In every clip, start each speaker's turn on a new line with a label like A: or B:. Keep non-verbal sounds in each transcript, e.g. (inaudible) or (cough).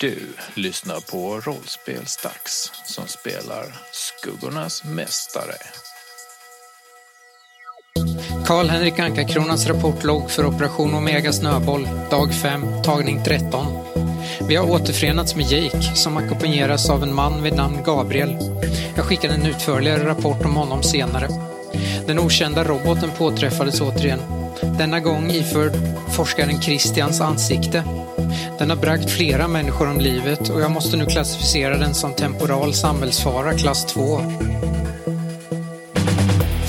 A: Du lyssnar på Rollspelsdags som spelar Skuggornas Mästare.
B: Karl-Henrik Anka-Kronans rapportlogg för Operation Omega Snöboll, dag 5, tagning 13. Vi har återförenats med Jake, som ackompanjeras av en man vid namn Gabriel. Jag skickar en utförligare rapport om honom senare. Den okända roboten påträffades återigen. Denna gång iförd forskaren Christians ansikte. Den har bragt flera människor om livet och jag måste nu klassificera den som temporal samhällsfara klass 2.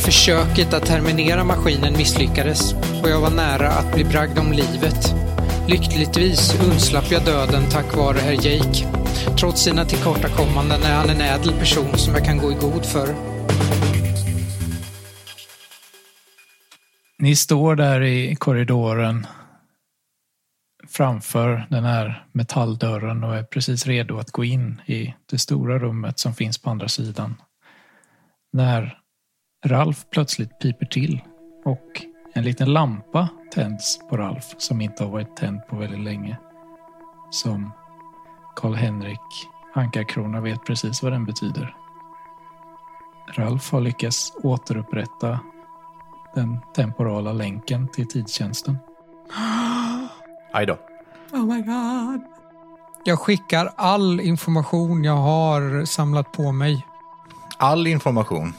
B: Försöket att terminera maskinen misslyckades och jag var nära att bli bragd om livet. Lyckligtvis undslapp jag döden tack vare herr Jake. Trots sina tillkortakommanden är han en ädel person som jag kan gå i god för.
C: Ni står där i korridoren framför den här metalldörren och är precis redo att gå in i det stora rummet som finns på andra sidan. När Ralf plötsligt piper till och en liten lampa tänds på Ralf som inte har varit tänd på väldigt länge. Som Karl-Henrik Ankarkrona vet precis vad den betyder. Ralf har lyckats återupprätta den temporala länken till tidstjänsten.
D: Aj då.
B: Oh my god. Jag skickar all information jag har samlat på mig.
D: All information.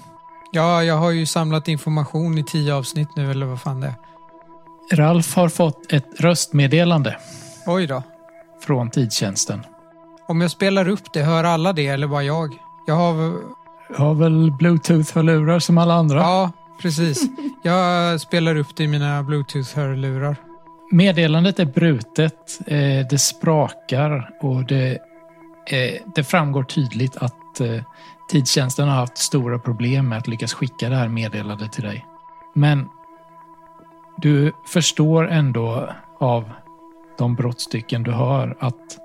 B: Ja, jag har ju samlat information i tio avsnitt nu, eller vad fan det är.
C: Ralf har fått ett röstmeddelande
B: Oj då.
C: från tidstjänsten.
B: Om jag spelar upp det, hör alla det eller bara jag? Jag har...
C: Jag har väl bluetooth-hörlurar som alla andra.
B: Ja, precis. Jag spelar upp det i mina bluetooth-hörlurar.
C: Meddelandet är brutet, eh, det sprakar och det, eh, det framgår tydligt att eh, tidstjänsten har haft stora problem med att lyckas skicka det här meddelandet till dig. Men du förstår ändå av de brottstycken du hör att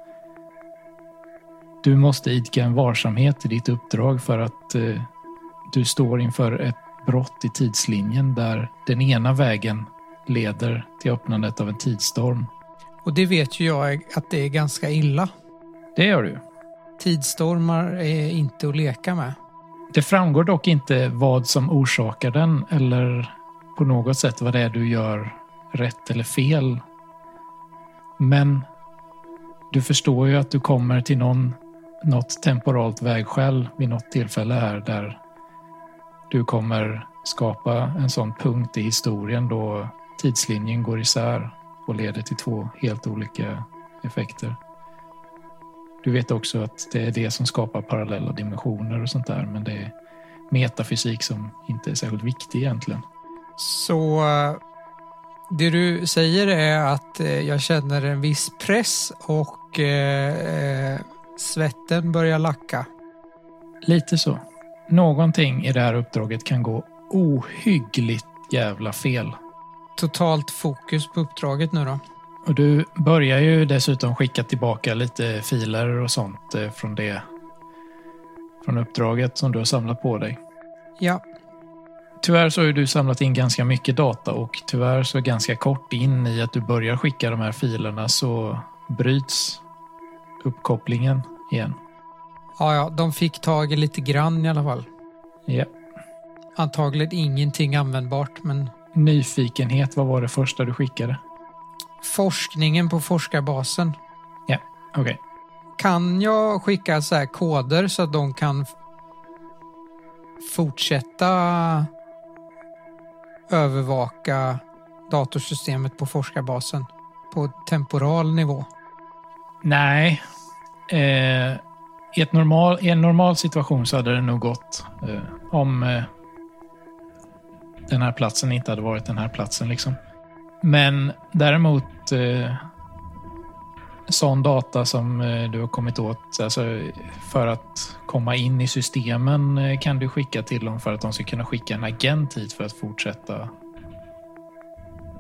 C: du måste idka en varsamhet i ditt uppdrag för att eh, du står inför ett brott i tidslinjen där den ena vägen leder till öppnandet av en tidsstorm.
B: Och det vet ju jag är- att det är ganska illa.
C: Det gör du.
B: Tidsstormar är inte att leka med.
C: Det framgår dock inte vad som orsakar den eller på något sätt vad det är du gör rätt eller fel. Men du förstår ju att du kommer till någon, något temporalt vägskäl vid något tillfälle här där du kommer skapa en sån punkt i historien då tidslinjen går isär och leder till två helt olika effekter. Du vet också att det är det som skapar parallella dimensioner och sånt där, men det är metafysik som inte är särskilt viktig egentligen.
B: Så eh, det du säger är att eh, jag känner en viss press och eh, eh, svetten börjar lacka.
C: Lite så. Någonting i det här uppdraget kan gå ohyggligt jävla fel.
B: Totalt fokus på uppdraget nu då.
C: Och du börjar ju dessutom skicka tillbaka lite filer och sånt eh, från det från uppdraget som du har samlat på dig.
B: Ja,
C: Tyvärr så har ju du samlat in ganska mycket data och tyvärr så ganska kort in i att du börjar skicka de här filerna så bryts uppkopplingen igen.
B: ja, ja de fick tag i lite grann i alla fall.
C: Ja.
B: Antagligen ingenting användbart, men
C: Nyfikenhet, vad var det första du skickade?
B: forskningen på forskarbasen.
C: Okej.
B: Kan jag skicka så här koder så att de kan f- fortsätta övervaka datorsystemet på forskarbasen på temporal nivå?
C: Nej. Eh, i, ett normal, I en normal situation så hade det nog gått eh, om eh, den här platsen inte hade varit den här platsen. Liksom. Men däremot eh, sån data som eh, du har kommit åt alltså, för att komma in i systemen eh, kan du skicka till dem för att de ska kunna skicka en agent hit för att fortsätta.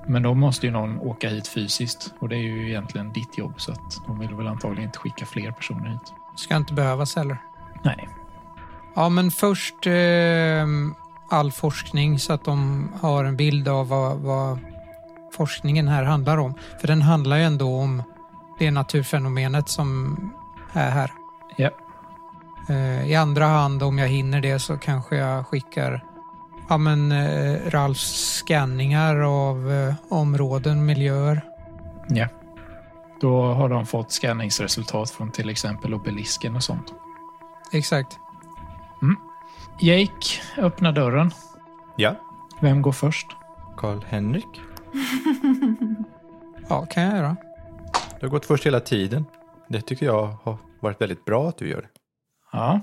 C: Men då måste ju någon åka hit fysiskt och det är ju egentligen ditt jobb så att de vill väl antagligen inte skicka fler personer hit.
B: Ska inte behövas heller.
C: Nej.
B: Ja, men först eh, all forskning så att de har en bild av vad, vad forskningen här handlar om. För den handlar ju ändå om det naturfenomenet som är här.
C: Ja.
B: Eh, I andra hand, om jag hinner det, så kanske jag skickar ja, men, eh, Ralfs skanningar av eh, områden, miljöer.
C: ja. Då har de fått skanningsresultat från till exempel obelisken och sånt.
B: Exakt.
C: Jake öppnar dörren.
D: Ja.
C: Vem går först?
D: Karl-Henrik?
B: Ja, kan jag göra.
D: Du har gått först hela tiden. Det tycker jag har varit väldigt bra att du gör.
C: Ja.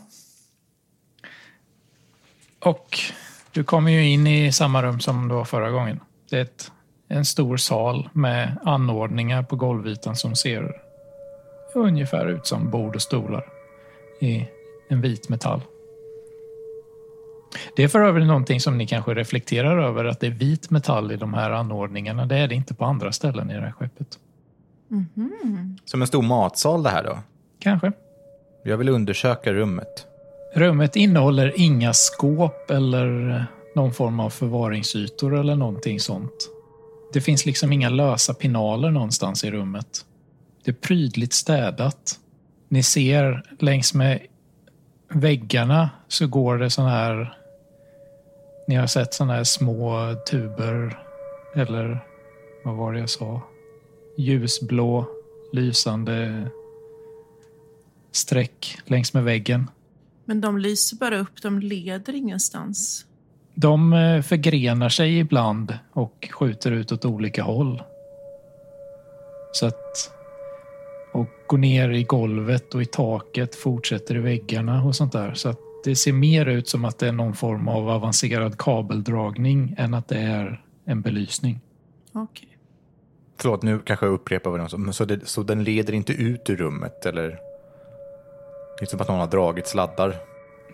C: Och du kommer ju in i samma rum som du var förra gången. Det är ett, en stor sal med anordningar på golvytan som ser ungefär ut som bord och stolar i en vit metall. Det är för övrigt någonting som ni kanske reflekterar över, att det är vit metall i de här anordningarna. Det är det inte på andra ställen i det här skeppet.
D: Som en stor matsal det här då.
C: Kanske.
D: Jag vill undersöka rummet.
C: Rummet innehåller inga skåp eller eh, någon form av förvaringsytor eller någonting sånt. Det finns liksom inga lösa pinaler någonstans i rummet. Det är prydligt städat. Ni ser längs med väggarna så går det sån här... Ni har sett såna här små tuber eller vad var det jag sa? Ljusblå, lysande streck längs med väggen.
E: Men de lyser bara upp, de leder ingenstans.
C: De eh, förgrenar sig ibland och skjuter ut åt olika håll. Så att... Och går ner i golvet och i taket, fortsätter i väggarna och sånt där. Så att det ser mer ut som att det är någon form av avancerad kabeldragning än att det är en belysning.
E: Okej.
D: Förlåt, nu kanske jag upprepar vad de sa. Men Så, det, så den leder inte ut ur rummet eller? Det är som att någon har dragit sladdar.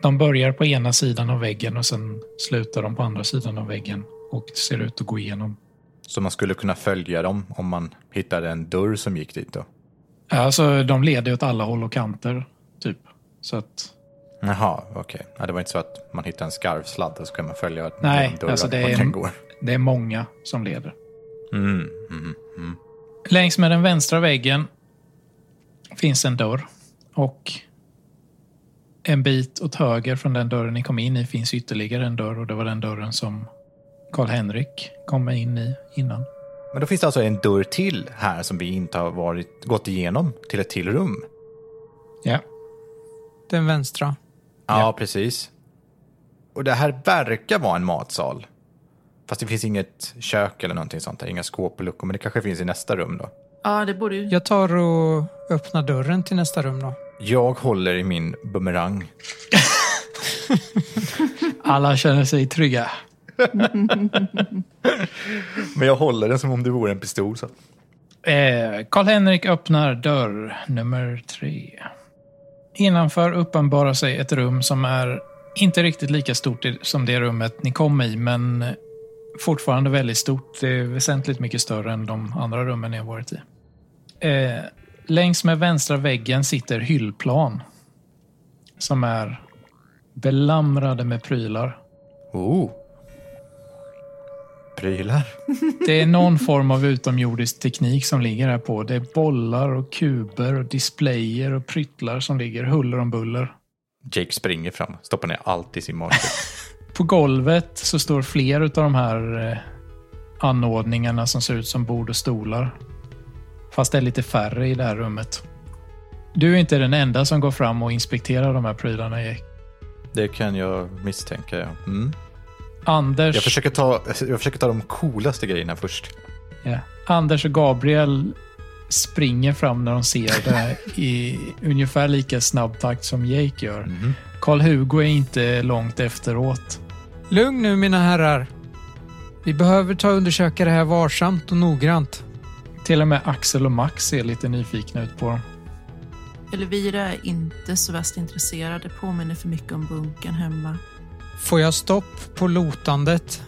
C: De börjar på ena sidan av väggen och sen slutar de på andra sidan av väggen och ser ut att gå igenom.
D: Så man skulle kunna följa dem om man hittade en dörr som gick dit då.
C: Alltså, de leder åt alla håll och kanter, typ. Så att...
D: Jaha, okej. Ja, det var inte så att man hittar en skarvsladd och så kan man följa
C: Nej,
D: den dörren
C: alltså det
D: vart
C: är
D: den
C: en-
D: går.
C: Det är många som leder.
D: Mm, mm, mm.
C: Längs med den vänstra väggen finns en dörr och en bit åt höger från den dörren ni kom in i finns ytterligare en dörr och det var den dörren som Karl-Henrik kom in i innan.
D: Men då finns det alltså en dörr till här som vi inte har varit, gått igenom till ett till rum.
C: Ja.
B: Den vänstra.
D: Ja, precis. Och det här verkar vara en matsal. Fast det finns inget kök eller någonting sånt där. Inga skåp och luckor. Men det kanske finns i nästa rum då.
E: Ja, det borde ju...
B: Jag tar och öppnar dörren till nästa rum då.
D: Jag håller i min bumerang.
C: Alla känner sig trygga.
D: Men jag håller den som om det vore en pistol. Så.
C: Eh, Karl-Henrik öppnar dörr nummer tre. Innanför uppenbarar sig ett rum som är inte riktigt lika stort i- som det rummet ni kom i, men fortfarande väldigt stort. Det är väsentligt mycket större än de andra rummen ni har varit i. Eh, längs med vänstra väggen sitter hyllplan som är belamrade med prylar.
D: Oh. Prylar.
C: Det är någon form av utomjordisk teknik som ligger här på. Det är bollar och kuber och displayer och pryttlar som ligger huller om buller.
D: Jake springer fram. Stoppar ner allt i sin mage.
C: På golvet så står fler av de här eh, anordningarna som ser ut som bord och stolar. Fast det är lite färre i det här rummet. Du är inte den enda som går fram och inspekterar de här prylarna, Jake.
D: (laughs) det kan jag misstänka, ja. Mm.
C: Anders...
D: Jag försöker, ta, jag försöker ta de coolaste grejerna först.
C: Ja. Anders och Gabriel springer fram när de ser det i ungefär lika snabb takt som Jake gör.
D: Mm.
C: Karl-Hugo är inte långt efteråt.
B: Lugn nu mina herrar. Vi behöver ta och undersöka det här varsamt och noggrant.
C: Till och med Axel och Max ser lite nyfikna ut på dem.
E: Elvira är inte så värst intresserad. Det påminner för mycket om bunken hemma.
B: Får jag stopp på lotandet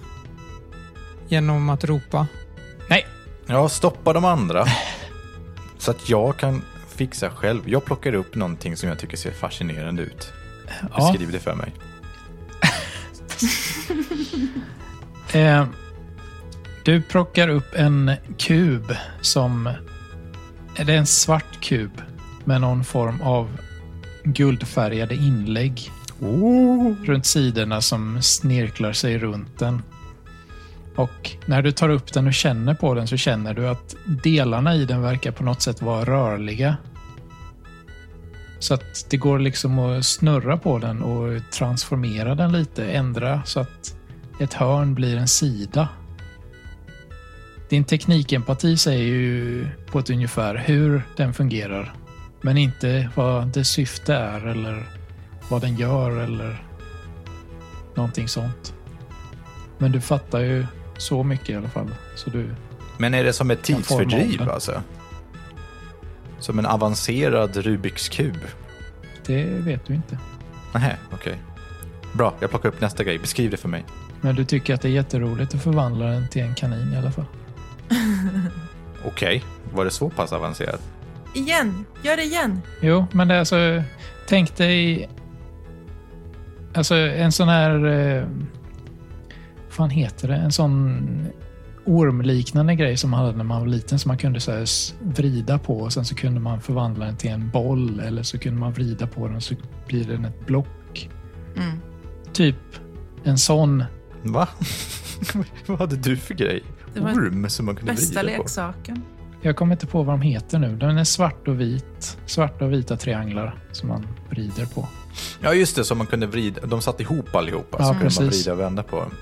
B: genom att ropa?
C: Nej,
D: Ja, stoppa de andra. (laughs) Så att jag kan fixa själv. Jag plockar upp någonting som jag tycker ser fascinerande ut.
C: Ja.
D: Beskriv det för mig.
C: Eh, du plockar upp en kub som Det är en svart kub med någon form av guldfärgade inlägg runt sidorna som snirklar sig runt den. Och när du tar upp den och känner på den så känner du att delarna i den verkar på något sätt vara rörliga. Så att det går liksom att snurra på den och transformera den lite, ändra så att ett hörn blir en sida. Din teknikempati säger ju på ett ungefär hur den fungerar, men inte vad dess syfte är eller vad den gör eller någonting sånt. Men du fattar ju så mycket i alla fall. Så du,
D: Men är det som ett
C: En form av
D: tidsfördriv
C: det.
D: alltså? Som en avancerad Rubiks kub?
C: det vet du inte.
D: Nähä, okej. Bra, jag plockar upp nästa grej. Beskriv det för mig.
C: Men du tycker att det är jätteroligt att förvandla den till en kanin i alla fall.
D: Okej, var det så pass avancerat?
E: Igen! Gör det igen!
C: Jo, men det är alltså, tänk dig alltså en sån här, eh, vad fan heter det, en sån ormliknande grej som man hade när man var liten som man kunde så här s- vrida på och sen så kunde man förvandla den till en boll eller så kunde man vrida på den så blir den ett block.
E: Mm.
C: Typ en sån.
D: Va? (laughs) vad hade du för grej?
E: Det var
D: Orm som man kunde
E: Bästa
D: vrida på?
E: leksaken.
C: Jag kommer inte på vad de heter nu. Den är svart och vit. Svarta och vita trianglar som man vrider på.
D: Ja, just det, som man kunde vrida. De satt ihop allihopa,
C: Ja,
D: så kunde man
C: precis.
D: vrida och vända på dem.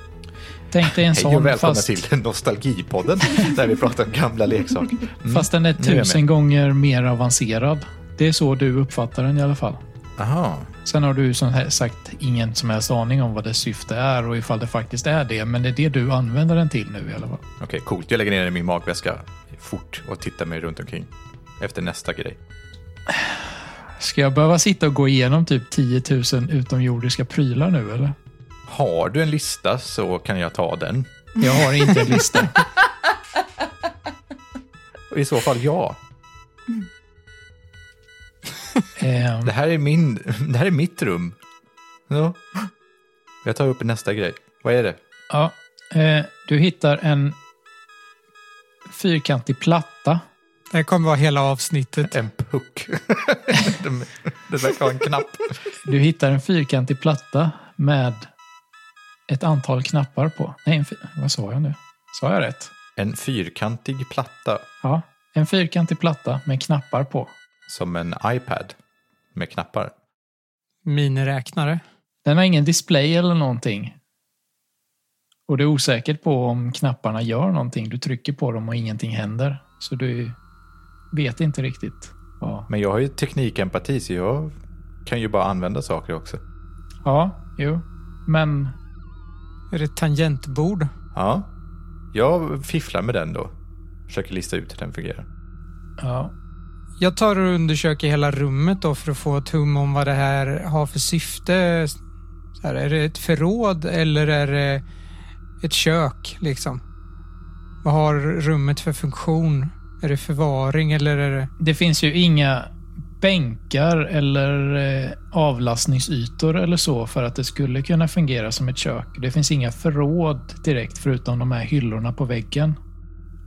C: Tänk dig en sån
D: Hej och välkomna
C: fast...
D: till Nostalgipodden, där vi pratar om gamla leksaker. Mm.
C: Fast den är
D: nu är jag
C: tusen gånger mer avancerad. Det är så du uppfattar den i alla fall.
D: Aha.
C: Sen har du som här sagt ingen som helst aning om vad dess syfte är och ifall det faktiskt är det. Men det är det du använder den till nu i alla fall.
D: Okej, coolt. Jag lägger ner den i min magväska fort och tittar mig runt omkring efter nästa grej.
C: Ska jag behöva sitta och gå igenom typ 10 000 utomjordiska prylar nu eller?
D: Har du en lista så kan jag ta den.
C: (laughs) Jag har inte en lista.
D: Och I så fall ja.
C: (laughs) Ehm,
D: Det här är, min, (laughs) det här är mitt rum. Ja. Jag tar upp nästa grej. Vad är det?
C: ja, eh, du hittar en fyrkantig platta.
B: Det här kommer vara hela avsnittet.
D: En (laughs) puck. De- Det verkar ha en knapp.
C: Du hittar en fyrkantig platta med ett antal knappar på. Nej, en fyr- vad sa jag nu? Sa jag rätt?
D: En fyrkantig platta
C: Ja, en fyrkantig platta med knappar på.
D: som en iPad med knappar.
B: Miniräknare.
C: Den har ingen display eller någonting. Och du är osäkert på om knapparna gör någonting. Du trycker på dem och ingenting händer. Så du vet inte riktigt. vad-
D: Men jag har ju teknikempati så jag kan ju bara använda saker också.
C: Ja, jo. Men
B: Är det ett tangentbord?
D: Ja, jag fifflar med den då. Försöker lista ut hur den fungerar.
C: ja,
B: Jag tar och undersöker hela rummet då för att få ett hum om vad det här har för syfte. Så här, är det ett förråd eller är det ett kök liksom? Vad har rummet för funktion? Är det förvaring eller är det...
C: det finns ju inga bänkar eller eh, avlastningsytor eller så för att det skulle kunna fungera som ett kök. Det finns inga förråd direkt förutom de här hyllorna på väggen.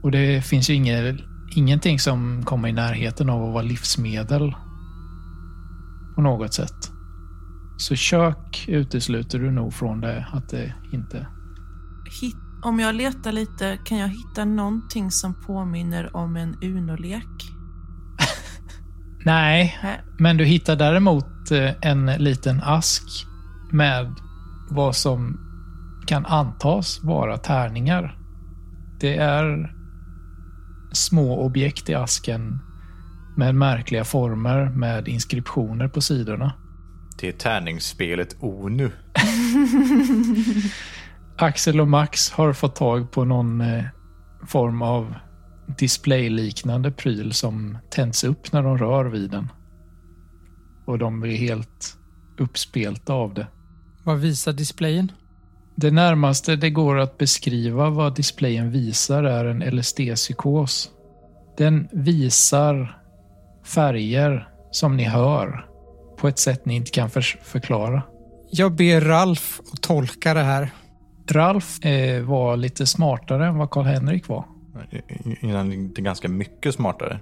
C: Och det finns ju inget, ingenting som kommer i närheten av att vara livsmedel på något sätt. Så kök utesluter du nog från det att det inte...
E: Hit, om jag letar lite, kan jag hitta någonting som påminner om en Uno-lek?
C: Nej,
E: Nej.
C: Men du hittar däremot eh, en liten ask med vad som kan antas vara tärningar. Det är små objekt i asken med märkliga former med inskriptioner på sidorna.
D: Det är tärningsspelet ONU.
C: Axel och Max har fått tag på någon eh, form av displayliknande pryl som tänds upp när de rör vid den. Och de blir helt uppspelta av det.
B: Vad visar displayen?
C: Det närmaste det går att beskriva vad displayen visar är en LSD-psykos. Den visar färger som ni hör på ett sätt ni inte kan förs- förklara.
B: Jag ber Ralf att tolka det här.
C: Ralf eh, var lite smartare än vad Karl-Henrik var.
D: Innan det är ganska mycket smartare.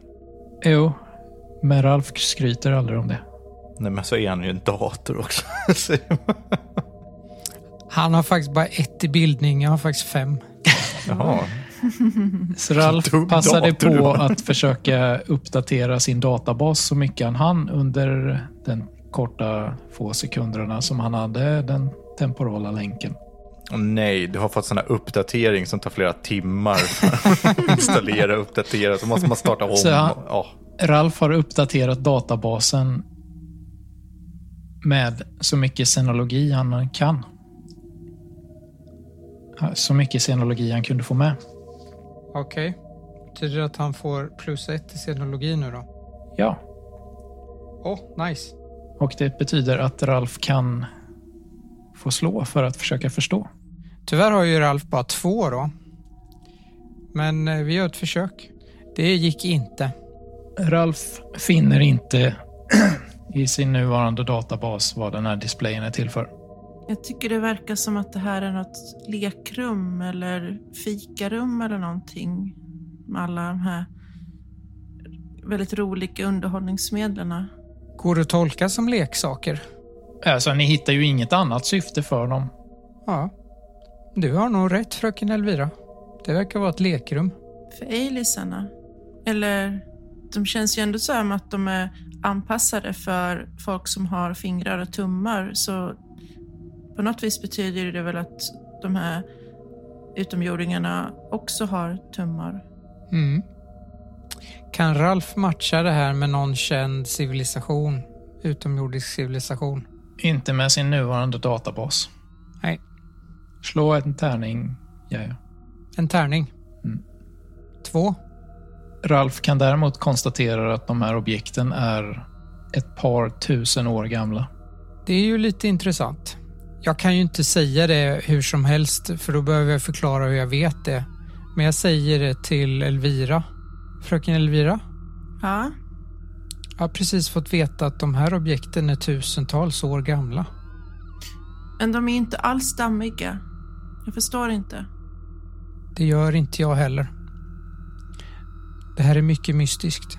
C: Jo, men Ralf skryter aldrig om det.
D: Nej, men så är han ju en dator också. (laughs) Så-
B: Han har faktiskt bara ett i bildning, jag har faktiskt fem.
D: Jaha.
C: Så Ralf
D: Dum
C: passade
D: dator du
C: på
D: har.
C: att försöka uppdatera sin databas så mycket han hann under den korta få sekunderna som han hade den temporala länken.
D: Åh nej, du har fått sån här uppdatering som tar flera timmar för att (laughs) installera och uppdatera. Så måste man starta om.
C: Så han-
D: Ja.
C: Ralf har uppdaterat databasen med så mycket senologi han kan. Så mycket senologi han kunde få med.
B: Okej. Betyder det att han får plus ett i senologi nu då?
C: Ja,
B: Åh, nice.
C: och det betyder att Ralf kan få slå för att försöka förstå.
B: Tyvärr har ju Ralf bara två då. Men eh, vi gör ett försök. Det gick inte.
C: Ralf finner inte (clears throat) i sin nuvarande databas vad den här displayen är till för.
E: Jag tycker det verkar som att det här är något lekrum eller fikarum eller någonting. Med alla de här väldigt roliga underhållningsmedlen.
B: Går det att tolka som leksaker?
C: Alltså, ni hittar ju inget annat syfte för dem.
B: Ja. Du har nog rätt fröken Elvira. Det verkar vara ett lekrum.
E: För aliasarna. Eller, de känns ju ändå så här med att de är anpassade för folk som har fingrar och tummar. Så på något vis betyder det väl att de här utomjordingarna också har tummar.
B: Mm. Kan Ralf matcha det här med någon känd civilisation? Utomjordisk civilisation?
C: Inte med sin nuvarande databas.
B: Nej.
C: Slå en tärning, ja, ja.
B: En tärning.
C: Mm.
B: Två.
C: Ralf kan däremot konstatera att de här objekten är ett par tusen år gamla.
B: Det är ju lite intressant. Jag kan ju inte säga det hur som helst för då behöver jag förklara hur jag vet det. Men jag säger det till Elvira. Fröken Elvira
E: Ja,
B: jag har precis fått veta att de här objekten är tusentals år gamla.
E: men de är inte alls dammiga. Jag förstår inte.
B: Det gör inte jag heller. Det här är mycket mystiskt.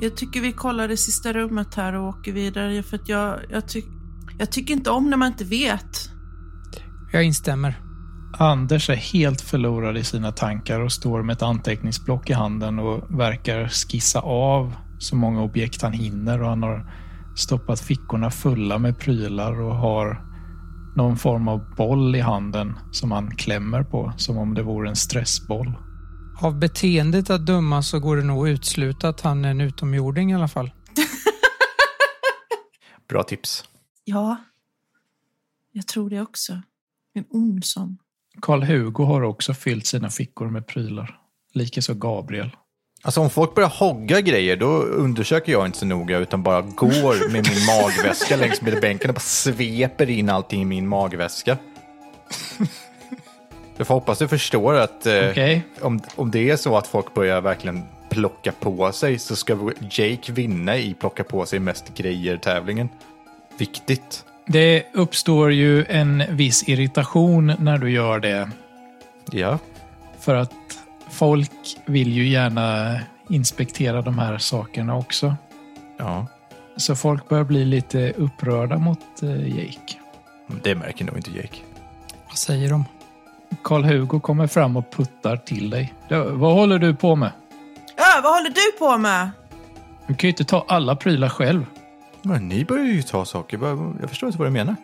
E: Jag tycker vi kollar det sista rummet här och åker vidare för att jag, jag, ty- jag tycker inte om när man inte vet.
B: Jag instämmer.
C: Anders är helt förlorad i sina tankar och står med ett anteckningsblock i handen och verkar skissa av så många objekt han hinner och han har stoppat fickorna fulla med prylar och har någon form av boll i handen som han klämmer på som om det vore en stressboll.
B: Av beteendet att döma så går det nog att utsluta att han är en utomjording i alla fall.
D: Bra tips.
E: Ja, jag tror det också. En Olsson.
C: Karl-Hugo har också fyllt sina fickor med prylar. Likaså Gabriel.
D: Alltså om folk börjar hogga grejer, då undersöker jag inte så noga utan bara går med min magväska längs med bänken och bara sveper in allting i min magväska. Jag får hoppas du förstår att eh,
C: Okej.
D: om, om det är så att folk börjar verkligen plocka på sig så ska Jake vinna i plocka på sig mest grejer-tävlingen. Viktigt.
C: Det uppstår ju en viss irritation när du gör det.
D: Ja.
C: För att folk vill ju gärna inspektera de här sakerna också.
D: Ja.
C: Så folk börjar bli lite upprörda mot eh, Jake.
D: Det märker nog inte Jake.
B: Vad säger de?
C: Karl-Hugo kommer fram och puttar till dig. "Ja, Vad håller du på med?
E: Äh, vad håller du på med?
C: Du kan ju inte ta alla prylar själv.
D: Men ni börjar ju ta saker. Jag- Jag förstår inte vad du menar.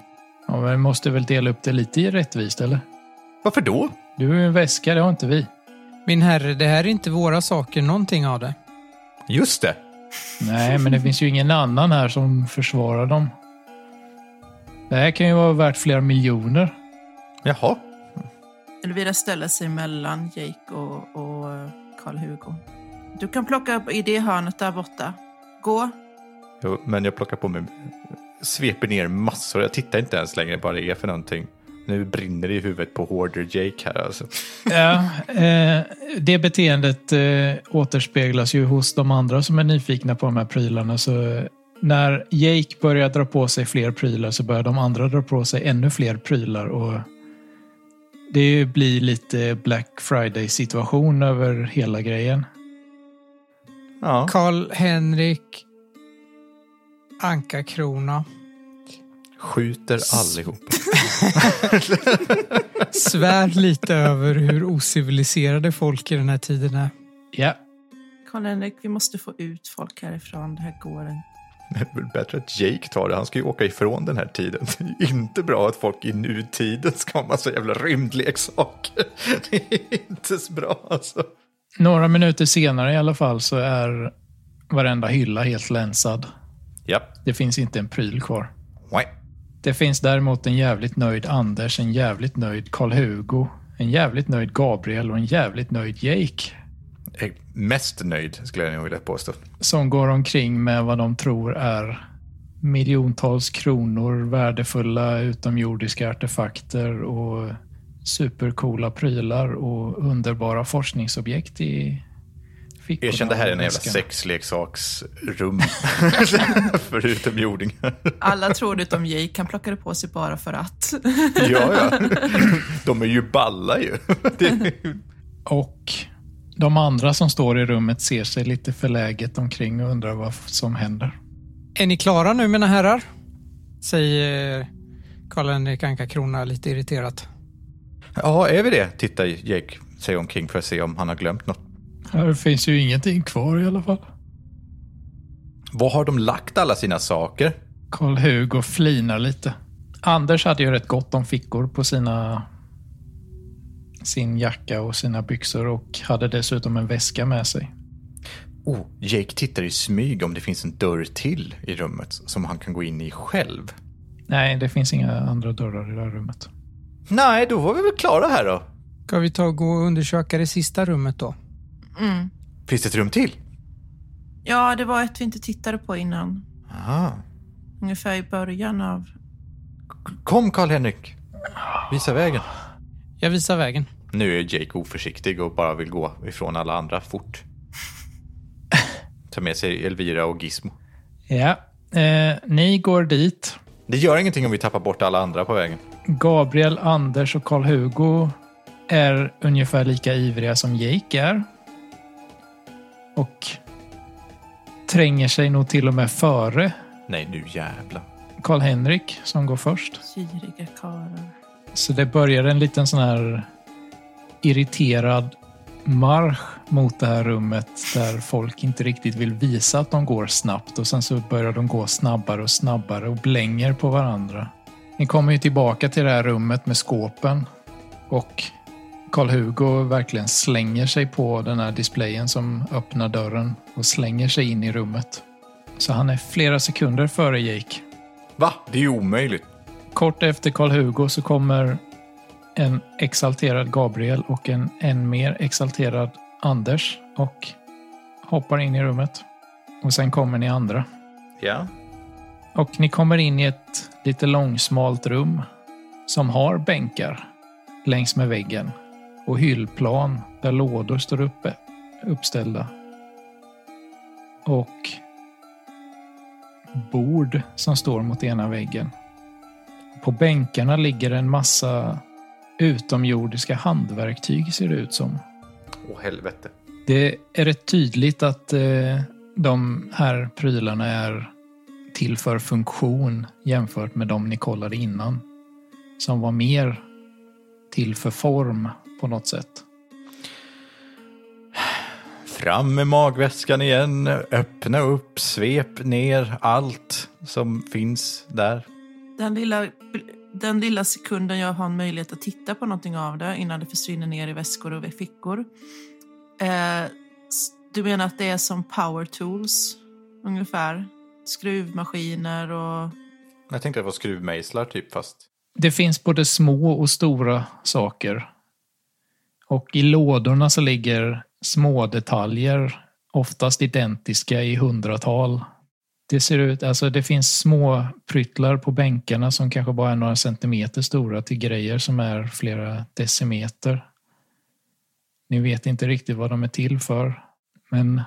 C: Ja, men vi måste väl dela upp det lite i rättvist, eller?
D: Varför då?
C: Du är ju en väska, det har inte vi.
B: Min herre, det här är inte våra saker, någonting av det.
D: Just det.
C: Nej, men det finns ju ingen annan här som försvarar dem. Det här kan ju vara värt flera miljoner.
D: Jaha.
E: Elvira ställer sig mellan Jake och, och Karl-Hugo. Du kan plocka upp i det hörnet där borta. Gå.
D: Jo, men jag plockar på mig, sveper ner massor. Jag tittar inte ens längre vad det är för någonting. Nu brinner det i huvudet på Hoarder Jake här alltså.
C: Ja, eh, det beteendet eh, återspeglas ju hos de andra som är nyfikna på de här prylarna. Så eh, när Jake börjar dra på sig fler prylar så börjar de andra dra på sig ännu fler prylar. Och det blir lite Black Friday-situation över hela grejen.
D: Ja.
B: Karl-Henrik Anka-Krona
D: Skjuter allihop.
B: svär lite (laughs) över hur ociviliserade folk i den här tiden är.
C: Ja,
E: Karl-Henrik, vi måste få ut folk härifrån. Det här går inte.
D: Men det är väl bättre att Jake tar det. Han ska ju åka ifrån den här tiden. Det är ju inte bra att folk i nutiden ska ha massa jävla rymdleksaker. Det är inte så bra alltså.
C: några minuter senare i alla fall så är varenda hylla helt länsad.
D: Ja.
C: Det finns inte en pryl kvar.
D: Nej.
C: Det finns däremot en jävligt nöjd Anders, en jävligt nöjd Karl-Hugo, en jävligt nöjd Gabriel och en jävligt nöjd Jake.
D: Jag är mest nöjd skulle jag nog vilja påstå.
C: Som går omkring med vad de tror är miljontals kronor, värdefulla utomjordiska artefakter och supercoola prylar och underbara forskningsobjekt i fickorna.
D: Erkänn det här är en
C: och
D: jävla
C: väskorna.
D: (laughs) sexleksaksrum. Förutom jordingar.
E: Alla tror det utom Jake. Han plockade på sig bara för att.
D: (laughs) Ja, ja. De är ju balla ju. Det är ju-
C: Och de andra som står i rummet ser sig lite förläget omkring och undrar vad som händer.
B: Är ni klara nu mina herrar? Säger eh, Karl-Henrik Anka-Krona lite irriterat.
D: (laughs) Ja, är vi det? Titta Jake sig omkring för att se om han har glömt något.
C: Här finns ju ingenting kvar i alla fall.
D: Var har de lagt alla sina saker?
C: Karl-Hugo flinar lite. Anders hade ju rätt gott om fickor på sina sin jacka och sina byxor och hade dessutom en väska med sig.
D: Oh, Jake tittar i smyg om det finns en dörr till i rummet som han kan gå in i själv.
C: Nej, det finns inga andra dörrar i det här rummet.
D: Nej, då var vi väl klara här då.
B: Ska vi ta och gå och undersöka det sista rummet då?
E: Mm.
D: Finns det ett rum till?
E: Ja, det var ett vi inte tittade på innan.
D: Ah.
E: Ungefär i början av...
D: Kom Karl-Henrik. Visa vägen.
B: Jag visar vägen.
D: Nu är Jake oförsiktig och bara vill gå ifrån alla andra fort. (laughs) Ta med sig Elvira och Gizmo.
C: Ja, eh, ni går dit.
D: Det gör ingenting om vi tappar bort alla andra på vägen.
C: Gabriel, Anders och Karl-Hugo är ungefär lika ivriga som Jake är. Och tränger sig nog till och med före
D: Nej, nu jävla.
C: Karl-Henrik som går först.
E: Giriga karlar.
C: Så det börjar en liten sån här irriterad marsch mot det här rummet där folk inte riktigt vill visa att de går snabbt och sen så börjar de gå snabbare och snabbare och blänger på varandra. Ni kommer ju tillbaka till det här rummet med skåpen och Karl-Hugo verkligen slänger sig på den här displayen som öppnar dörren och slänger sig in i rummet. Så han är flera sekunder före Jake.
D: Va? Det är ju omöjligt.
C: Kort efter Karl-Hugo så kommer en exalterad Gabriel och en än mer exalterad Anders och hoppar in i rummet. Och sen kommer ni andra.
D: Ja.
C: Och ni kommer in i ett lite långsmalt rum som har bänkar längs med väggen och hyllplan där lådor står uppe, uppställda. Och bord som står mot ena väggen. På bänkarna ligger en massa utomjordiska handverktyg ser det ut som.
D: Åh, helvete.
C: Det är rätt tydligt att eh, de här prylarna är till för funktion jämfört med de ni kollade innan. Som var mer till för form på något sätt.
D: Fram med magväskan igen, öppna upp, svep ner allt som finns där.
E: Den lilla, den lilla sekunden jag har en möjlighet att titta på någonting av det innan det försvinner ner i väskor och fickor. Eh, s- du menar att det är som power tools, ungefär? Skruvmaskiner och...
D: Jag tänkte att det var skruvmejslar typ, fast...
C: Det finns både små och stora saker. Och i lådorna så ligger små detaljer, oftast identiska i hundratal. Det ser ut, alltså det finns små pryttlar på bänkarna som kanske bara är några centimeter stora till grejer som är flera decimeter. Ni vet inte riktigt vad de är till för, men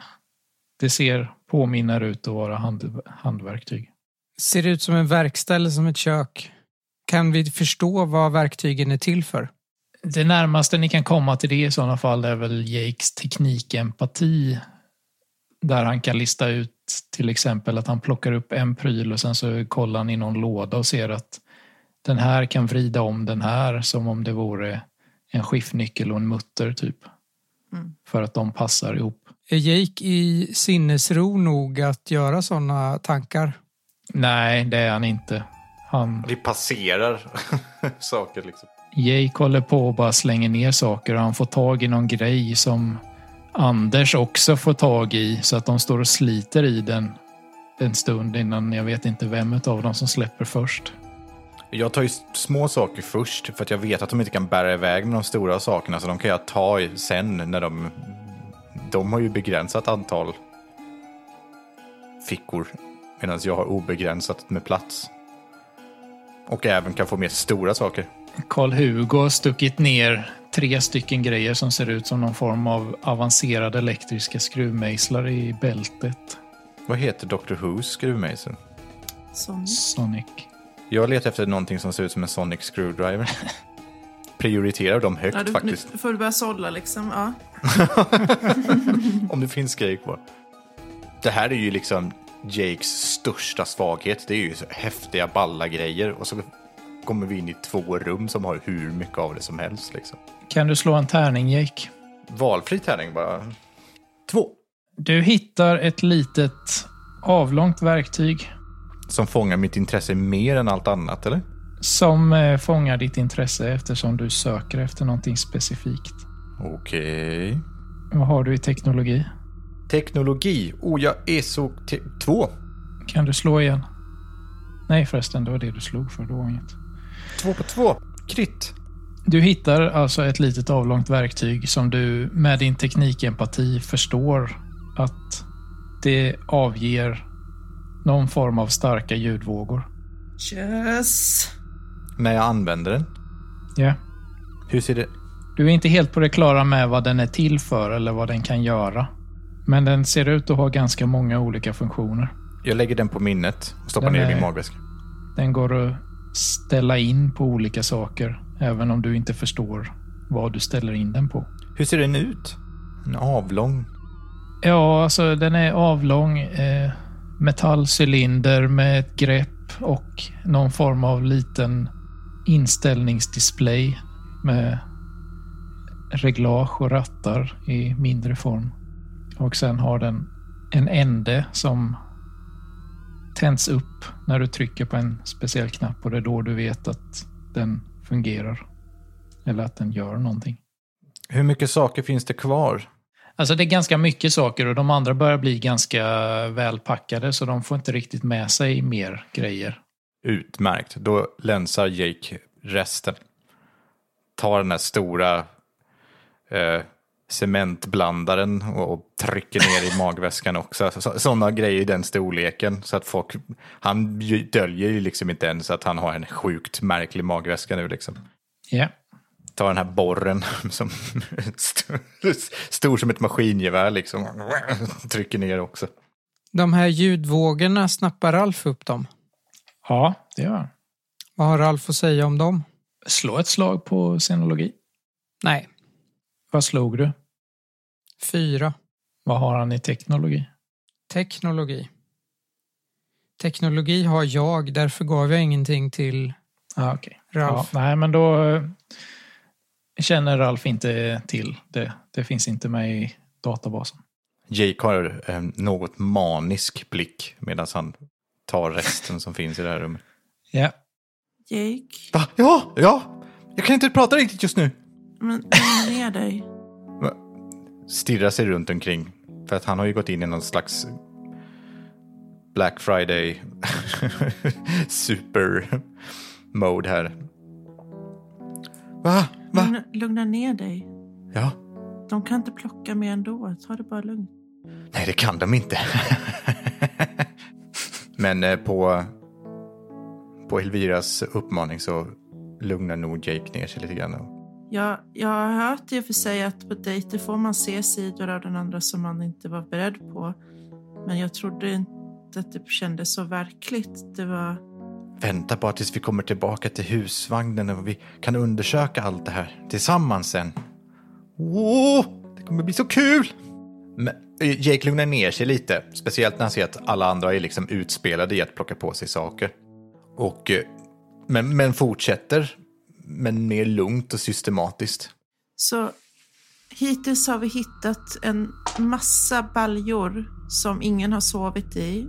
C: det ser påminner ut att vara hand, handverktyg.
B: Ser det ut som en verkstad eller som ett kök? Kan vi förstå vad verktygen är till för?
C: Det närmaste ni kan komma till det i sådana fall är väl Jakes teknikempati Där han kan lista ut till exempel att han plockar upp en pryl och sen så kollar han i någon låda och ser att den här kan vrida om den här som om det vore en skiftnyckel och en mutter typ.
E: Mm.
C: För att de passar ihop.
B: Är Jake i sinnesro nog att göra sådana tankar?
C: Nej, det är han inte. Han,
D: Vi passerar (laughs) saker liksom.
C: Jake håller på och bara slänger ner saker och han får tag i någon grej som Anders också får tag i så att de står och sliter i den en stund innan jag vet inte vem av dem som släpper först.
D: Jag tar ju s- små saker först för att jag vet att de inte kan bära iväg med de stora sakerna så de kan jag ta i sen när de... De har ju begränsat antal fickor medan jag har obegränsat med plats. Och även kan få med stora saker.
C: Karl-Hugo har stuckit ner tre stycken grejer som ser ut som någon form av avancerade elektriska skruvmejslar i bältet.
D: Vad heter Dr. Who's skruvmejsel?
E: Som
C: Sonic.
D: Jag letar efter någonting som ser ut som en Sonic
E: (laughs)
D: Screwdriver. Prioriterar dem högt
E: Ja, du, nu
D: faktiskt,
E: får du börja sålla liksom. Ja.
D: om det finns grejer kvar. Det här är ju liksom Jakes största svaghet. Det är ju så häftiga, balla grejer. Och så kommer vi in i två rum som har hur mycket av det som helst. Liksom.
C: Kan du slå en tärning, Jake?
D: Valfri tärning bara. Två.
C: Du hittar ett litet avlångt verktyg
D: Som fångar mitt intresse mer än allt annat, eller?
C: som eh, fångar ditt intresse eftersom du söker efter någonting specifikt.
D: Okej.
C: Vad har du i teknologi?
D: Teknologi. Oh, jag är så... Te- två.
C: Kan du slå igen? Nej förresten, det var det du slog för. Det var inget.
D: Två på två. Kritt.
C: Du hittar alltså ett litet avlångt verktyg som du med din teknikempati förstår att det avger någon form av starka ljudvågor.
E: Yes.
D: När jag använder den.
C: Ja.
D: Hur ser det...
C: Du är inte helt på det klara med vad den är till för eller vad den kan göra. Men den ser ut att ha ganska många olika funktioner.
D: Jag lägger den på minnet och stoppar
C: Den
D: ner i min
C: är-
D: magväska.
C: Den går att ställa in på olika saker, även om du inte förstår vad du ställer in den på.
D: Hur ser den ut? En avlång.
C: Ja, alltså den är avlång. Eh, metallcylinder med ett grepp och någon form av liten inställningsdisplay med reglage och rattar i mindre form. Och sen har den en ände som tänds upp när du trycker på en speciell knapp och det är då du vet att den fungerar. Eller att den gör någonting.
D: Hur mycket saker finns det kvar?
C: Alltså det är ganska mycket saker och de andra börjar bli ganska välpackade så de får inte riktigt med sig mer grejer.
D: Utmärkt. Då länsar Jake resten. Tar den här stora eh, cementblandaren och, och trycker ner i (laughs) magväskan också. Sådana grejer i den storleken. Så att folk, han ju- döljer ju liksom inte ens att han har en sjukt märklig magväska nu. Liksom.
C: Ja.
D: Tar den här borren (laughs) som stor som ett maskingevär liksom. (laughs) Trycker ner också.
B: De här ljudvågorna, snappar Ralf upp dem?
C: Ja, det gör han.
B: Vad har Ralf att säga om dem?
C: Slå ett slag på scenologi.
B: Nej,
C: Vad slog du?
B: fyra.
C: Vad har han i teknologi?
B: Teknologi. Teknologi har jag, därför gav jag ingenting till
C: Ah, okay. ja,
B: Ralf.
C: nej, men då eh, känner Ralf inte till det. Det finns inte med i databasen.
D: Jake har en något manisk blick medan han tar resten som finns i det här rummet.
C: Ja.
E: Jake,
D: Va? Ja, ja! Jag kan inte prata riktigt just nu.
E: men
D: (laughs)
E: lugna ner dig.
D: Stirrar sig runt omkring. För att han har ju gått in i någon slags Black Friday (laughs) super mode här. Va? Va?
E: Lugna, lugna ner dig.
D: Ja.
E: De kan inte plocka mer ändå. Ta det bara lugnt.
D: Nej, det kan de inte. (laughs) Men eh, på, på Elviras uppmaning så lugnar nog Jake ner sig lite grann. och-
E: Jag, jag har hört i och för sig att på dejter får man se sidor av den andra som man inte var beredd på. Men jag trodde inte att det kändes så verkligt. Det var...
D: Vänta bara tills vi kommer tillbaka till husvagnen och vi kan undersöka allt det här tillsammans sen. Åh, det kommer bli så kul! Men eh, Jake lugnar ner sig lite, speciellt när han ser att alla andra är liksom utspelade i att plocka på sig saker. Och, eh, men, men fortsätter, men mer lugnt och systematiskt.
E: Så hittills har vi hittat en massa baljor som ingen har sovit i.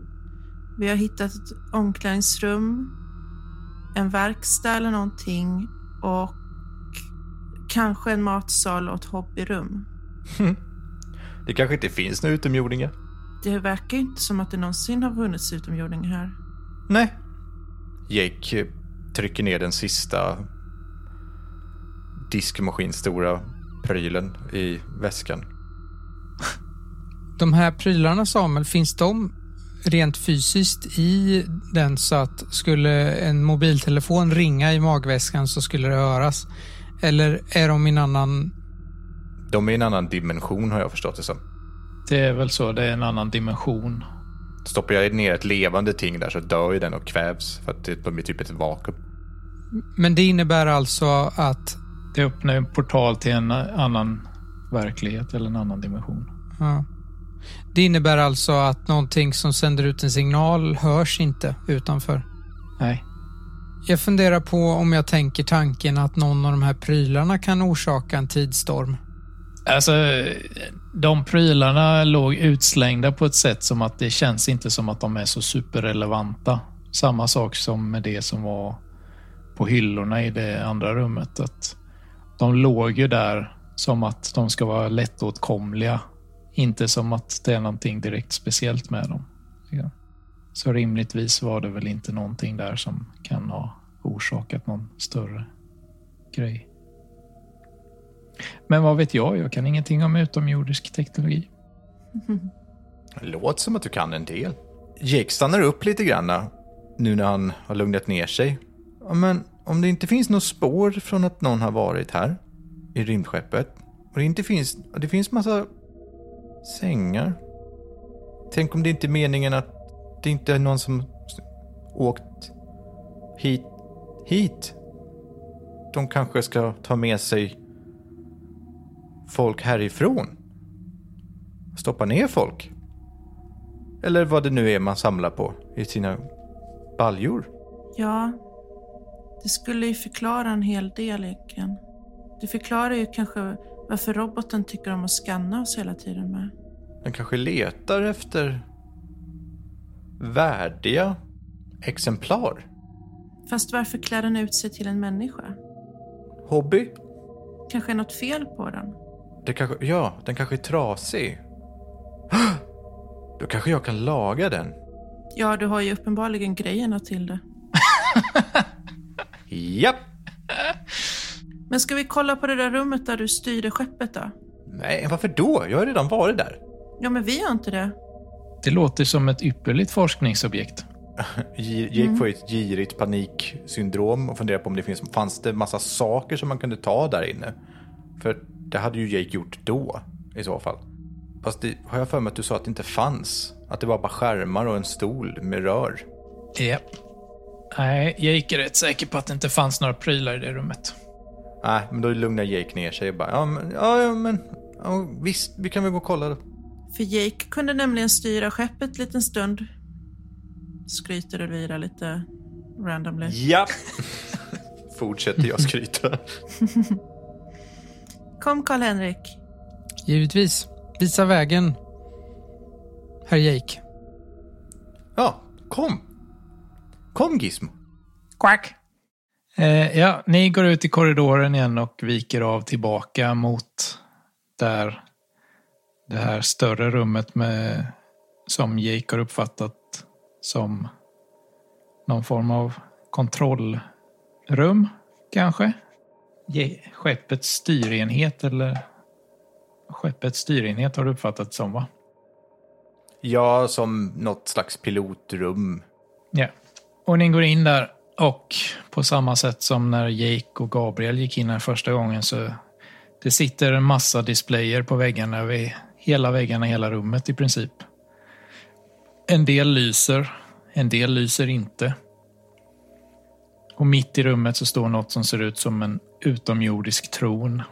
E: Vi har hittat ett omklädningsrum, en verkstad eller någonting och kanske en matsal och ett hobbyrum.
D: Det kanske inte finns några utomjordingar?
E: Det verkar ju inte som att det någonsin har funnits utomjordingar här.
D: Nej. Jake eh, trycker ner den sista diskmaskinstora prylen i väskan.
B: De här prylarna Samuel, finns de rent fysiskt i den så att skulle en mobiltelefon ringa i magväskan så skulle det höras? Eller är de i en annan...
D: De är i en annan dimension har jag förstått det som.
C: Det är väl så, det är en annan dimension.
D: Stoppar jag ner ett levande ting där så dör ju den och kvävs för att det blir typ ett vakuum.
B: Men det innebär alltså att...
C: Det öppnar ju en portal till en annan verklighet eller en annan dimension.
B: Ja, det innebär alltså att någonting som sänder ut en signal hörs inte utanför.
C: Nej,
B: Jag funderar på om jag tänker tanken att någon av de här prylarna kan orsaka en tidsstorm.
C: Alltså, de prylarna låg utslängda på ett sätt som att det känns inte som att de är så superrelevanta. Samma sak som med det som var på hyllorna i det andra rummet. Att de låg ju där som att de ska vara lättåtkomliga. Inte som att det är någonting direkt speciellt med dem. Ja. Så rimligtvis var det väl inte någonting där som kan ha orsakat någon större grej. Men vad vet jag? Jag kan ingenting om utomjordisk teknologi.
D: Låter som att du kan en del. Jake stannar upp lite grann nu när han har lugnat ner sig. Ja, men om det inte finns några spår från att någon har varit här i rymdskeppet och det inte finns, och det finns massa sängar. Tänk om det inte är meningen att det inte är någon som s- åkt hit, hit. De kanske ska ta med sig folk härifrån. Stoppa ner folk. Eller vad det nu är man samlar på i sina baljor.
E: Ja, det skulle ju förklara en hel del egentligen. Det förklarar ju kanske varför roboten tycker om att skanna oss hela tiden med.
D: Den kanske letar efter värdiga exemplar.
E: Fast varför klär den ut sig till en människa?
D: Hobby?
E: Kanske är något fel på den?
D: Det kanske, ja, den kanske är trasig. (gasps) Då kanske jag kan laga den.
E: Ja, du har ju uppenbarligen grejerna till det.
D: Japp!
E: Men ska vi kolla på det där rummet där du styrde skeppet då?
D: Nej, varför då? Jag har redan varit där.
E: Ja, men vi har inte det.
C: Det låter som ett ypperligt forskningsobjekt.
D: Gi- Jake får ett girigt paniksyndrom och funderar på om det finns, fanns det massa saker som man kunde ta där inne. För det hade ju Jake gjort då i så fall. Fast det, har jag för mig att du sa att det inte fanns? Att det var bara skärmar och en stol med rör.
C: Japp. Nej, jag gick rätt säker på att det inte fanns några prylar i det rummet.
D: Nej, men då lugnar Jake ner sig och bara ja men, ja, ja, men ja, visst, vi kan väl gå och kolla då.
E: För Jake kunde nämligen styra skeppet en liten stund. Skryter och virar lite randomly.
D: Ja! (laughs) Fortsätter jag skryta.
E: Kom Karl-Henrik.
B: Givetvis. Visa vägen, herr Jake.
D: Ja, kom! Kom Gizmo!
C: Quack! Eh, ja, ni går ut i korridoren igen och viker av tillbaka mot där det här större rummet med, som Jake har uppfattat som någon form av kontrollrum, kanske? Je- Skeppets styrenhet eller? Skeppets styrenhet har du uppfattat som, va?
D: Ja, som något slags pilotrum.
C: Ja. Och ni går in där och på samma sätt som när Jake och Gabriel gick in här första gången så det sitter en massa displayer på väggarna, över hela väggarna, i hela rummet i princip. En del lyser, en del lyser inte. Och mitt i rummet så står något som ser ut som en utomjordisk tron.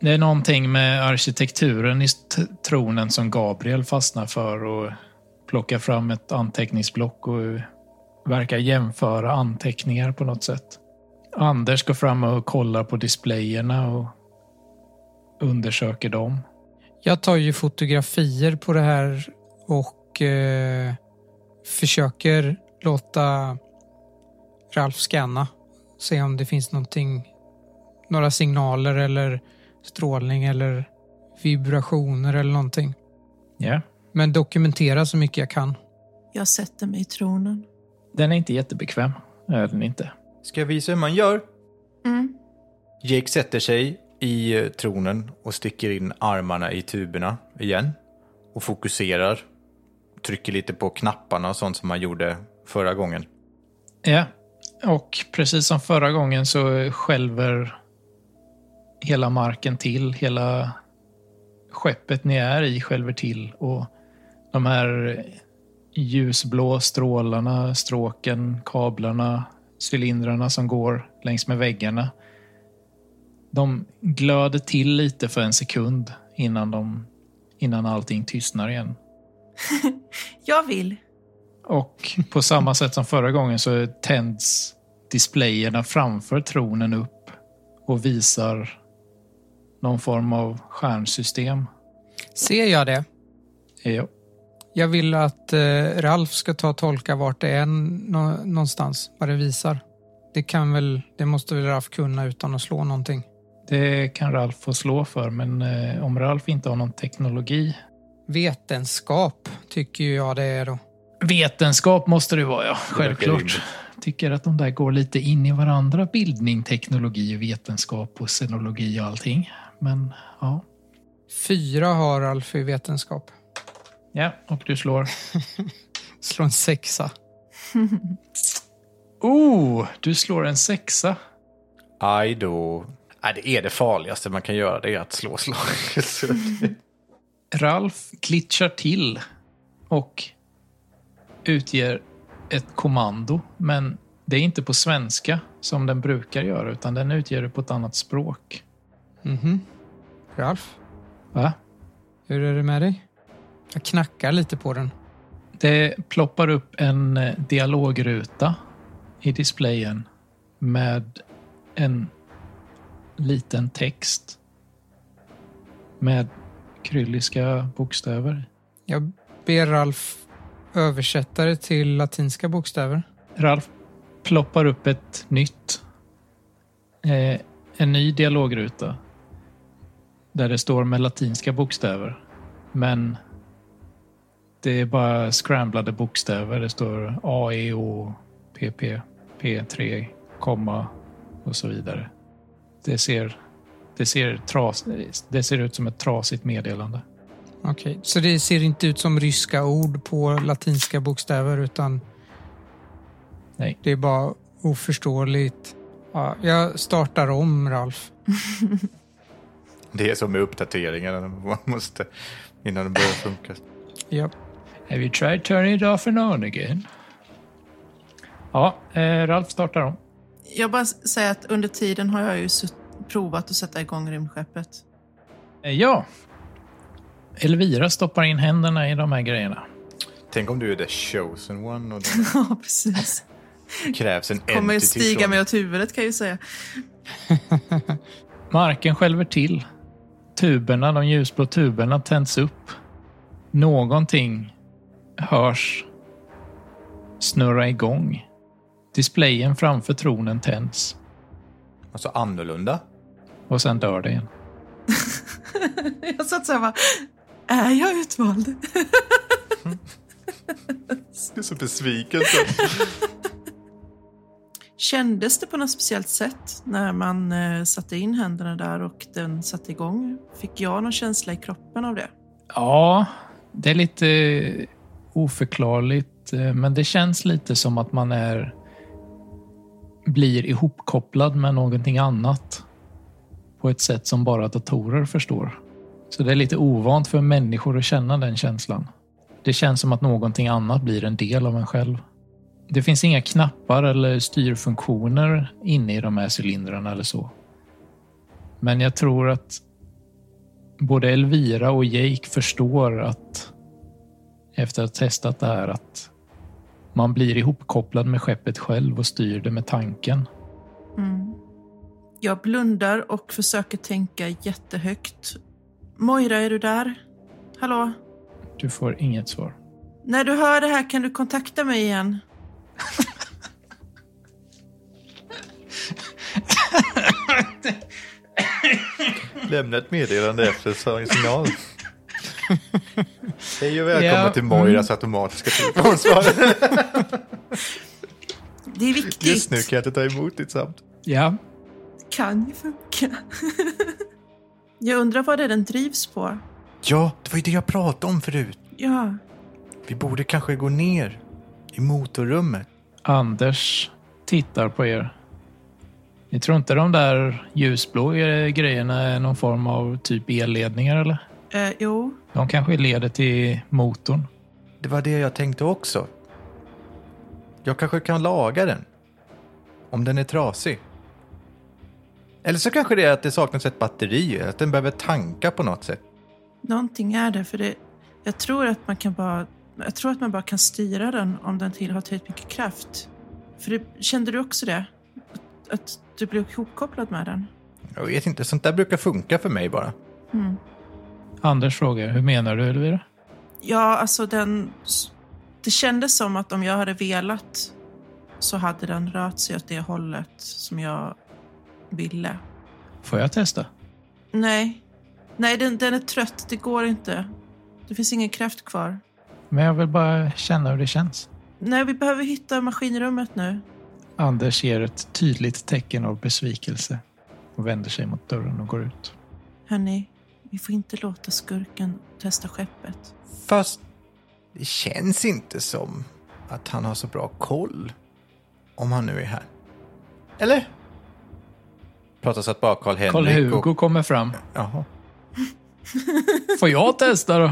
C: Det är någonting med arkitekturen i t- tronen som Gabriel fastnar för och plockar fram ett anteckningsblock och verkar jämföra anteckningar på något sätt. Anders går fram och kollar på displayerna och undersöker dem.
B: Jag tar ju fotografier på det här och eh, försöker låta Ralf scanna. Se om det finns någonting, några signaler eller strålning eller vibrationer eller någonting.
C: Ja.
B: Men dokumentera så mycket jag kan.
E: Jag sätter mig i tronen.
C: Den är inte jättebekväm. Är den inte.
D: Ska jag visa hur man gör?
E: Mm.
D: Jake sätter sig i eh, tronen och sticker in armarna i tuberna igen och fokuserar. Trycker lite på knapparna och sånt som han gjorde förra gången.
C: Ja, och precis som förra gången så skälver hela marken till. Hela skeppet ni är i skälver till och de här ljusblå strålarna, stråken, kablarna, cylindrarna som går längs med väggarna. De glöder till lite för en sekund innan, de, innan allting tystnar igen.
E: Jag vill.
C: Och på samma sätt som förra gången så tänds displayerna framför tronen upp och visar någon form av stjärnsystem.
B: Ser jag det?
C: Ja,
B: Jag vill att eh, Ralf ska ta och tolka vart det är nå- någonstans, vad det visar. Det kan väl, det måste väl Ralf kunna utan att slå någonting.
C: Det kan Ralf få slå för, men eh, om Ralf inte har någon teknologi...
B: Vetenskap tycker ju jag det är då.
C: Vetenskap måste det vara, ja. Självklart.
D: rimligt.
C: Tycker att de där går lite in i varandra. Bildning, teknologi, vetenskap och xenologi och allting. Men ja.
B: Fyra har Ralf i vetenskap.
C: Ja, och du slår.
B: Slå en sexa.
C: Oh, du slår en sexa.
D: Aj då. Nej, det är det farligaste man kan göra, det är att slå slag. Så det-
C: Ralf glitchar till och utger ett kommando. Men det är inte på svenska som den brukar göra, utan den utger det på ett annat språk.
B: Mhm. Ralf,
C: Va?
B: hur är det med dig? Jag knackar lite på den.
C: Det ploppar upp en eh, dialogruta i displayen med en liten text med krylliska bokstäver.
B: Jag ber Ralf översätta det till latinska bokstäver.
C: Ralf ploppar upp ett nytt. Eh, en ny dialogruta. Där det står med latinska bokstäver. Men det är bara scramblade bokstäver. Det står A, E, O, P, P, P3, komma och så vidare. Det ser, det ser, tras, det ser ut som ett trasigt meddelande.
B: Okej, så det ser inte ut som ryska ord på latinska bokstäver utan
C: Nej.
B: det är bara oförståeligt. Ja, jag startar om, Ralf.
D: (laughs) Det är som med uppdateringarna, man måste, innan det börjar funka.
B: Ja.
C: Have you tried turning it off and on again? Ja, eh, Ralf startar om.
E: Jag bara s- säger att under tiden har jag ju sutt- provat att sätta igång rymdskeppet.
C: Eh, Ja. Elvira stoppar in händerna i de här grejerna.
D: Tänk om du är the chosen one och det
E: (laughs) Ja, precis.
D: krävs en
E: Kommer
D: entity
E: stiga
D: som-
E: mig åt huvudet kan jag ju säga. (laughs)
C: Marken skälver till. Tuberna, de ljusblå tuberna tänds upp. Någonting hörs snurra igång. Displayen framför tronen tänds
D: Alltså annorlunda.
C: och sen dör det igen.
E: Jag satt såhär bara, är jag utvald?
D: Det är så besviken. så-
E: Kändes det på något speciellt sätt när man eh, satte in händerna där och den satte igång? Fick jag någon känsla i kroppen av det?
C: Ja, det är lite eh, oförklarligt, eh, men det känns lite som att man är blir ihopkopplad med någonting annat på ett sätt som bara datorer förstår. Så det är lite ovant för människor att känna den känslan. Det känns som att någonting annat blir en del av en själv. Det finns inga knappar eller styrfunktioner inne i de här cylindrarna eller så. Men jag tror att både Elvira och Jake förstår att efter att ha testat det här att man blir ihopkopplad med skeppet själv och styr det med tanken.
E: Mm. Jag blundar och försöker tänka jättehögt. Moira, är du där? Hallå?
C: Du får inget svar.
E: När du hör det här kan du kontakta mig igen.
D: Lämna ett meddelande efter signal. Hej och välkommen
C: Ja,
D: till Moiras automatiska telefonsvar.
E: Det är viktigt.
D: Just nu kan jag inte ta emot ditt samt.
C: Ja,
E: Kan ju funka. (laughs) jag undrar vad det är den drivs på.
D: Ja, det var ju det jag pratade om förut.
E: Ja,
D: Vi borde kanske gå ner i motorrummet.
C: Anders tittar på er. Ni tror inte de där ljusblå grejerna är någon form av typ elledningar eller?
E: eh, jo.
C: De kanske leder till motorn.
D: Det var det jag tänkte också. Jag kanske kan laga den. Om den är trasig. Eller så kanske det är att det saknas ett batteri, att den behöver tanka på något sätt.
E: Någonting är det, för det, jag tror att man kan bara... Jag tror att man bara kan styra den om den till har tillräckligt mycket kraft. För det, kände du också det? Att, att du blev ihopkopplad med den?
D: Jag vet inte, sånt där brukar funka för mig bara.
E: Mm.
C: Anders frågar, hur menar du Elvira?
E: Ja, alltså den... Det kändes som att om jag hade velat så hade den rört sig åt det hållet som jag ville.
C: Får jag testa?
E: Nej. Nej, den, den är trött. Det går inte. Det finns ingen kraft kvar.
C: Men jag vill bara känna hur det känns.
E: Nej, vi behöver hitta maskinrummet nu.
C: Anders ger ett tydligt tecken av besvikelse och vänder sig mot dörren och går ut.
E: Hörni, vi får inte låta skurken testa skeppet.
D: Fast det känns inte som att han har så bra koll. Om han nu är här. Eller? Pratas att bara Karl-Henrik
C: Karl-Hugo kommer fram.
D: Jaha.
C: Får jag testa då?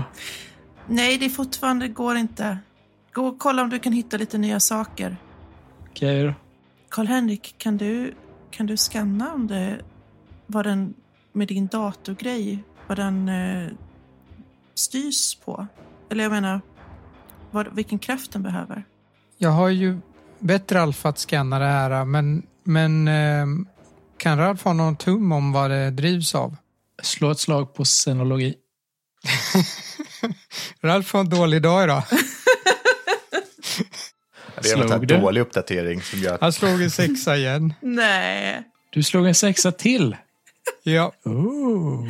E: Nej, det är fortfarande det går inte. Gå och kolla om du kan hitta lite nya saker.
C: Okej då.
E: Karl-Henrik, kan du, kan du scanna om det vad den med din datorgrej, vad den eh, styrs på? Eller jag menar, vad, vilken kraft den behöver?
B: Jag har ju bett Ralf att scanna det här, men, men ehm, kan Ralf ha någon tum om vad det drivs av?
C: Slå ett slag på scenologi.
B: Ralf har en dålig dag idag.
D: Det är
C: Slog Alltså-
D: en
C: du?
D: dålig uppdatering som gör att
B: Han slog en sexa igen.
E: Nej.
C: Du slog en sexa till.
B: Ja,
C: Ooh.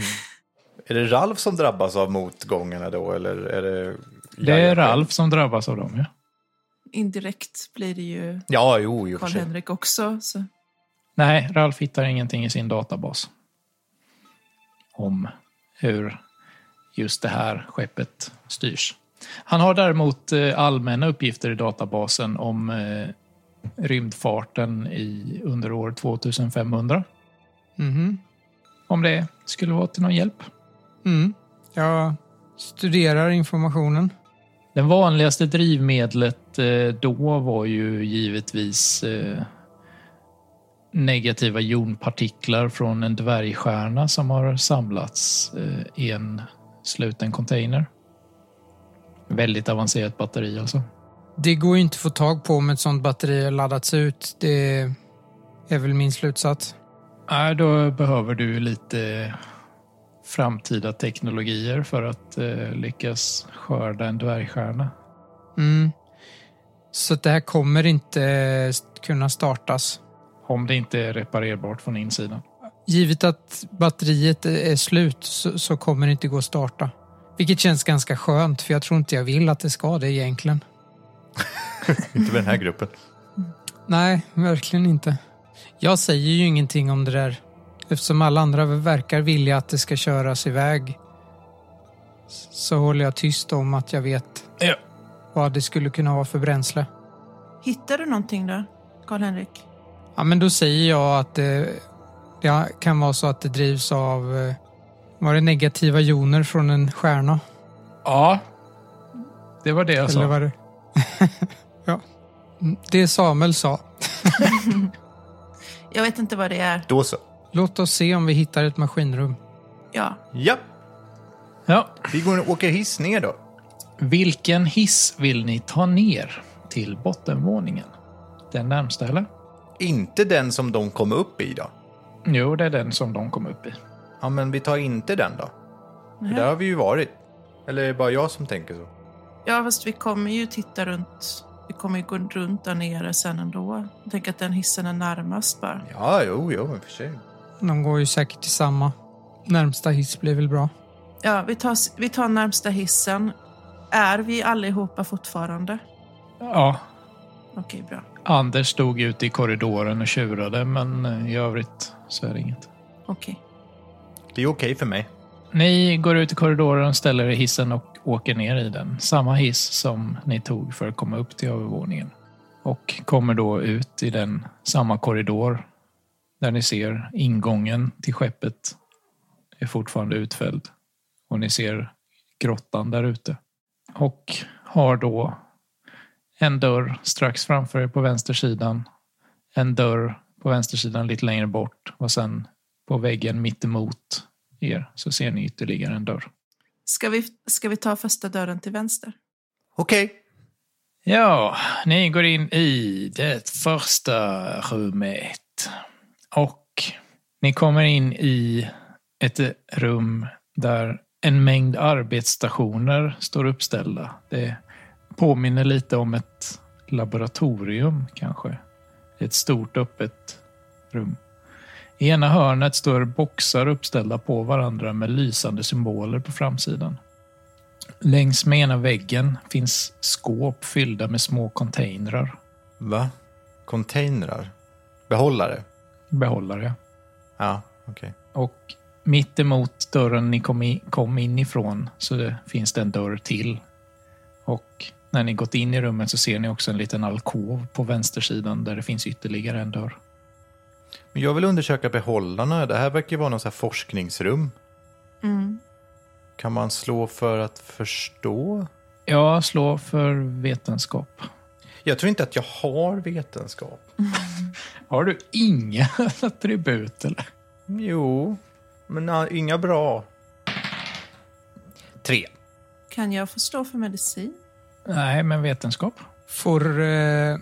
D: Är det Ralf som drabbas av motgångarna då, eller är det...
C: Det är Ralf som drabbas av dem, ja.
E: Indirekt blir det ju
D: Ja, jo, i och för sig.
E: Karl-Henrik också. Så.
C: Nej, Ralf hittar ingenting i sin databas. Om hur just det här skeppet styrs. Han har däremot eh, allmänna uppgifter i databasen om eh, rymdfarten i, under år 2500.
B: mhm.
C: Om det skulle vara till någon hjälp.
B: Mm. Jag studerar informationen.
C: Det vanligaste drivmedlet eh, då var ju givetvis eh, negativa jonpartiklar från en dvärgstjärna som har samlats eh, i en sluten container. Väldigt avancerat batteri alltså.
B: Det går ju inte att få tag på om ett sånt batteri har laddats ut. Det är väl min slutsats.
C: Nej, Äh, då behöver du lite framtida teknologier för att eh, lyckas skörda en dvärgstjärna.
B: Mm. Så att det här kommer inte eh, kunna startas.
C: Om det inte är reparerbart från insidan.
B: Givet att batteriet är slut så, så kommer det inte gå att starta. Vilket känns ganska skönt för jag tror inte jag vill att det ska det egentligen.
D: Inte med den här gruppen.
B: Nej, verkligen inte. Jag säger ju ingenting om det där eftersom alla andra verkar vilja att det ska köras iväg. s- Så håller jag tyst om att jag vet
C: Ja.
B: vad det skulle kunna vara för bränsle.
E: Hittar du någonting då, Karl-Henrik?
B: Ja, men då säger jag att det, det kan vara så att det drivs av eh, var det negativa joner från en stjärna.
C: Ja, det var det jag sa.
B: Eller vad det... (laughs) ja. Mm, Det Samuel sa.
E: Jag vet inte vad det är.
D: Då så.
B: Låt oss se om vi hittar ett maskinrum.
E: Ja,
D: Ja.
C: Ja.
D: Vi går och åker hiss ner då.
C: Vilken hiss vill ni ta ner till bottenvåningen? Den närmsta eller?
D: Inte den som de kom upp i då.
C: Jo, det är den som de kom upp i.
D: Ja, men vi tar inte den då. För
E: Nej.
D: där har vi ju varit. Eller är det bara jag som tänker så?
E: Ja, fast vi kommer ju titta runt. Vi kommer ju gå runt där nere sen ändå. Jag tänker att den hissen är närmast bara.
D: Ja, jo, jo, i och för sig.
B: De går ju säkert till samma. Närmsta hiss blir väl bra.
E: Ja, vi tar, vi tar närmsta hissen. Är vi allihopa fortfarande?
C: Ja,
E: Okej, bra.
C: Anders stod ute i korridoren och tjurade, men eh, i övrigt så är det inget.
E: Okej.
D: Det är okej för mig.
C: Ni går ut i korridoren, ställer er i hissen och åker ner i den. Samma hiss som ni tog för att komma upp till övervåningen. Och kommer då ut i den samma korridor där ni ser ingången till skeppet är fortfarande utfälld. Och ni ser grottan där ute. Och har då en dörr strax framför er på vänstersidan. En dörr på vänstersidan lite längre bort och sen på väggen mitt emot er så ser ni ytterligare en dörr.
E: Ska, vi, ska vi ta första dörren till vänster?
D: Okej.
C: Ja, ni går in i det första rummet. Och ni kommer in i ett rum där en mängd arbetsstationer står uppställda. Det påminner lite om ett laboratorium kanske. Ett stort öppet rum. I ena hörnet står boxar uppställda på varandra med lysande symboler på framsidan. Längs med ena väggen finns skåp fyllda med små containrar,
D: Va? Containrar? Behållare?
C: behållare.
D: Ja, okej.
C: Och mitt emot dörren ni kom, i, kom in ifrån så det finns det en dörr till. Och när ni gått in i rummet så ser ni också en liten alkov på vänstersidan där det finns ytterligare en dörr.
D: Men jag vill undersöka behållarna. Det här verkar ju vara någon så här forskningsrum.
E: Mm.
D: Kan man slå för att förstå?
C: Jag slår för vetenskap.
D: Jag tror inte att jag har vetenskap.
C: Har du inga (laughs) attribut eller?
D: Jo, men ja, inga bra. Tre.
E: Kan jag få stå för medicin?
C: Nej, men vetenskap.
B: Får... Eh...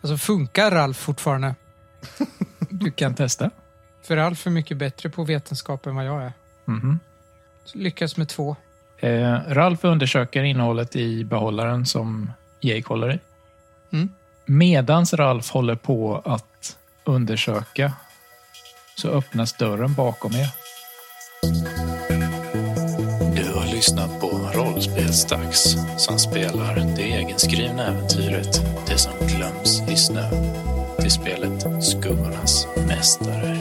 B: Alltså funkar Ralf fortfarande?
C: Du kan testa.
B: För Ralf är mycket bättre på vetenskap än vad jag är.
C: Mhm.
B: Så lyckas med två.
C: Eh, Ralf undersöker innehållet i behållaren som Jake håller i.
B: Mm.
C: Medans Ralf håller på att undersöka så öppnas dörren bakom er.
A: Du har lyssnat på Rollspelsdags som spelar det egenskrivna äventyret Det som glöms i snö till spelet Skuggornas mästare.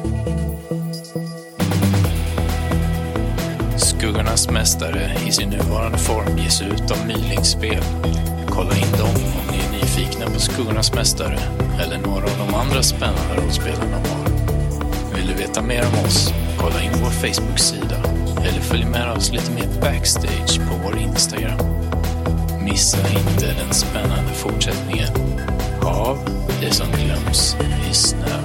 A: Skuggornas mästare i sin nuvarande form ges ut av Mylings spel. Kolla in dem om ni är nyfikna på Skuggornas mästare eller några av de andra spännande rollspelen de har. Vill du veta mer om oss? Kolla in vår Facebook-sida eller följ med oss lite mer backstage på vår Instagram. Missa inte den spännande fortsättningen av Det som glöms i snö.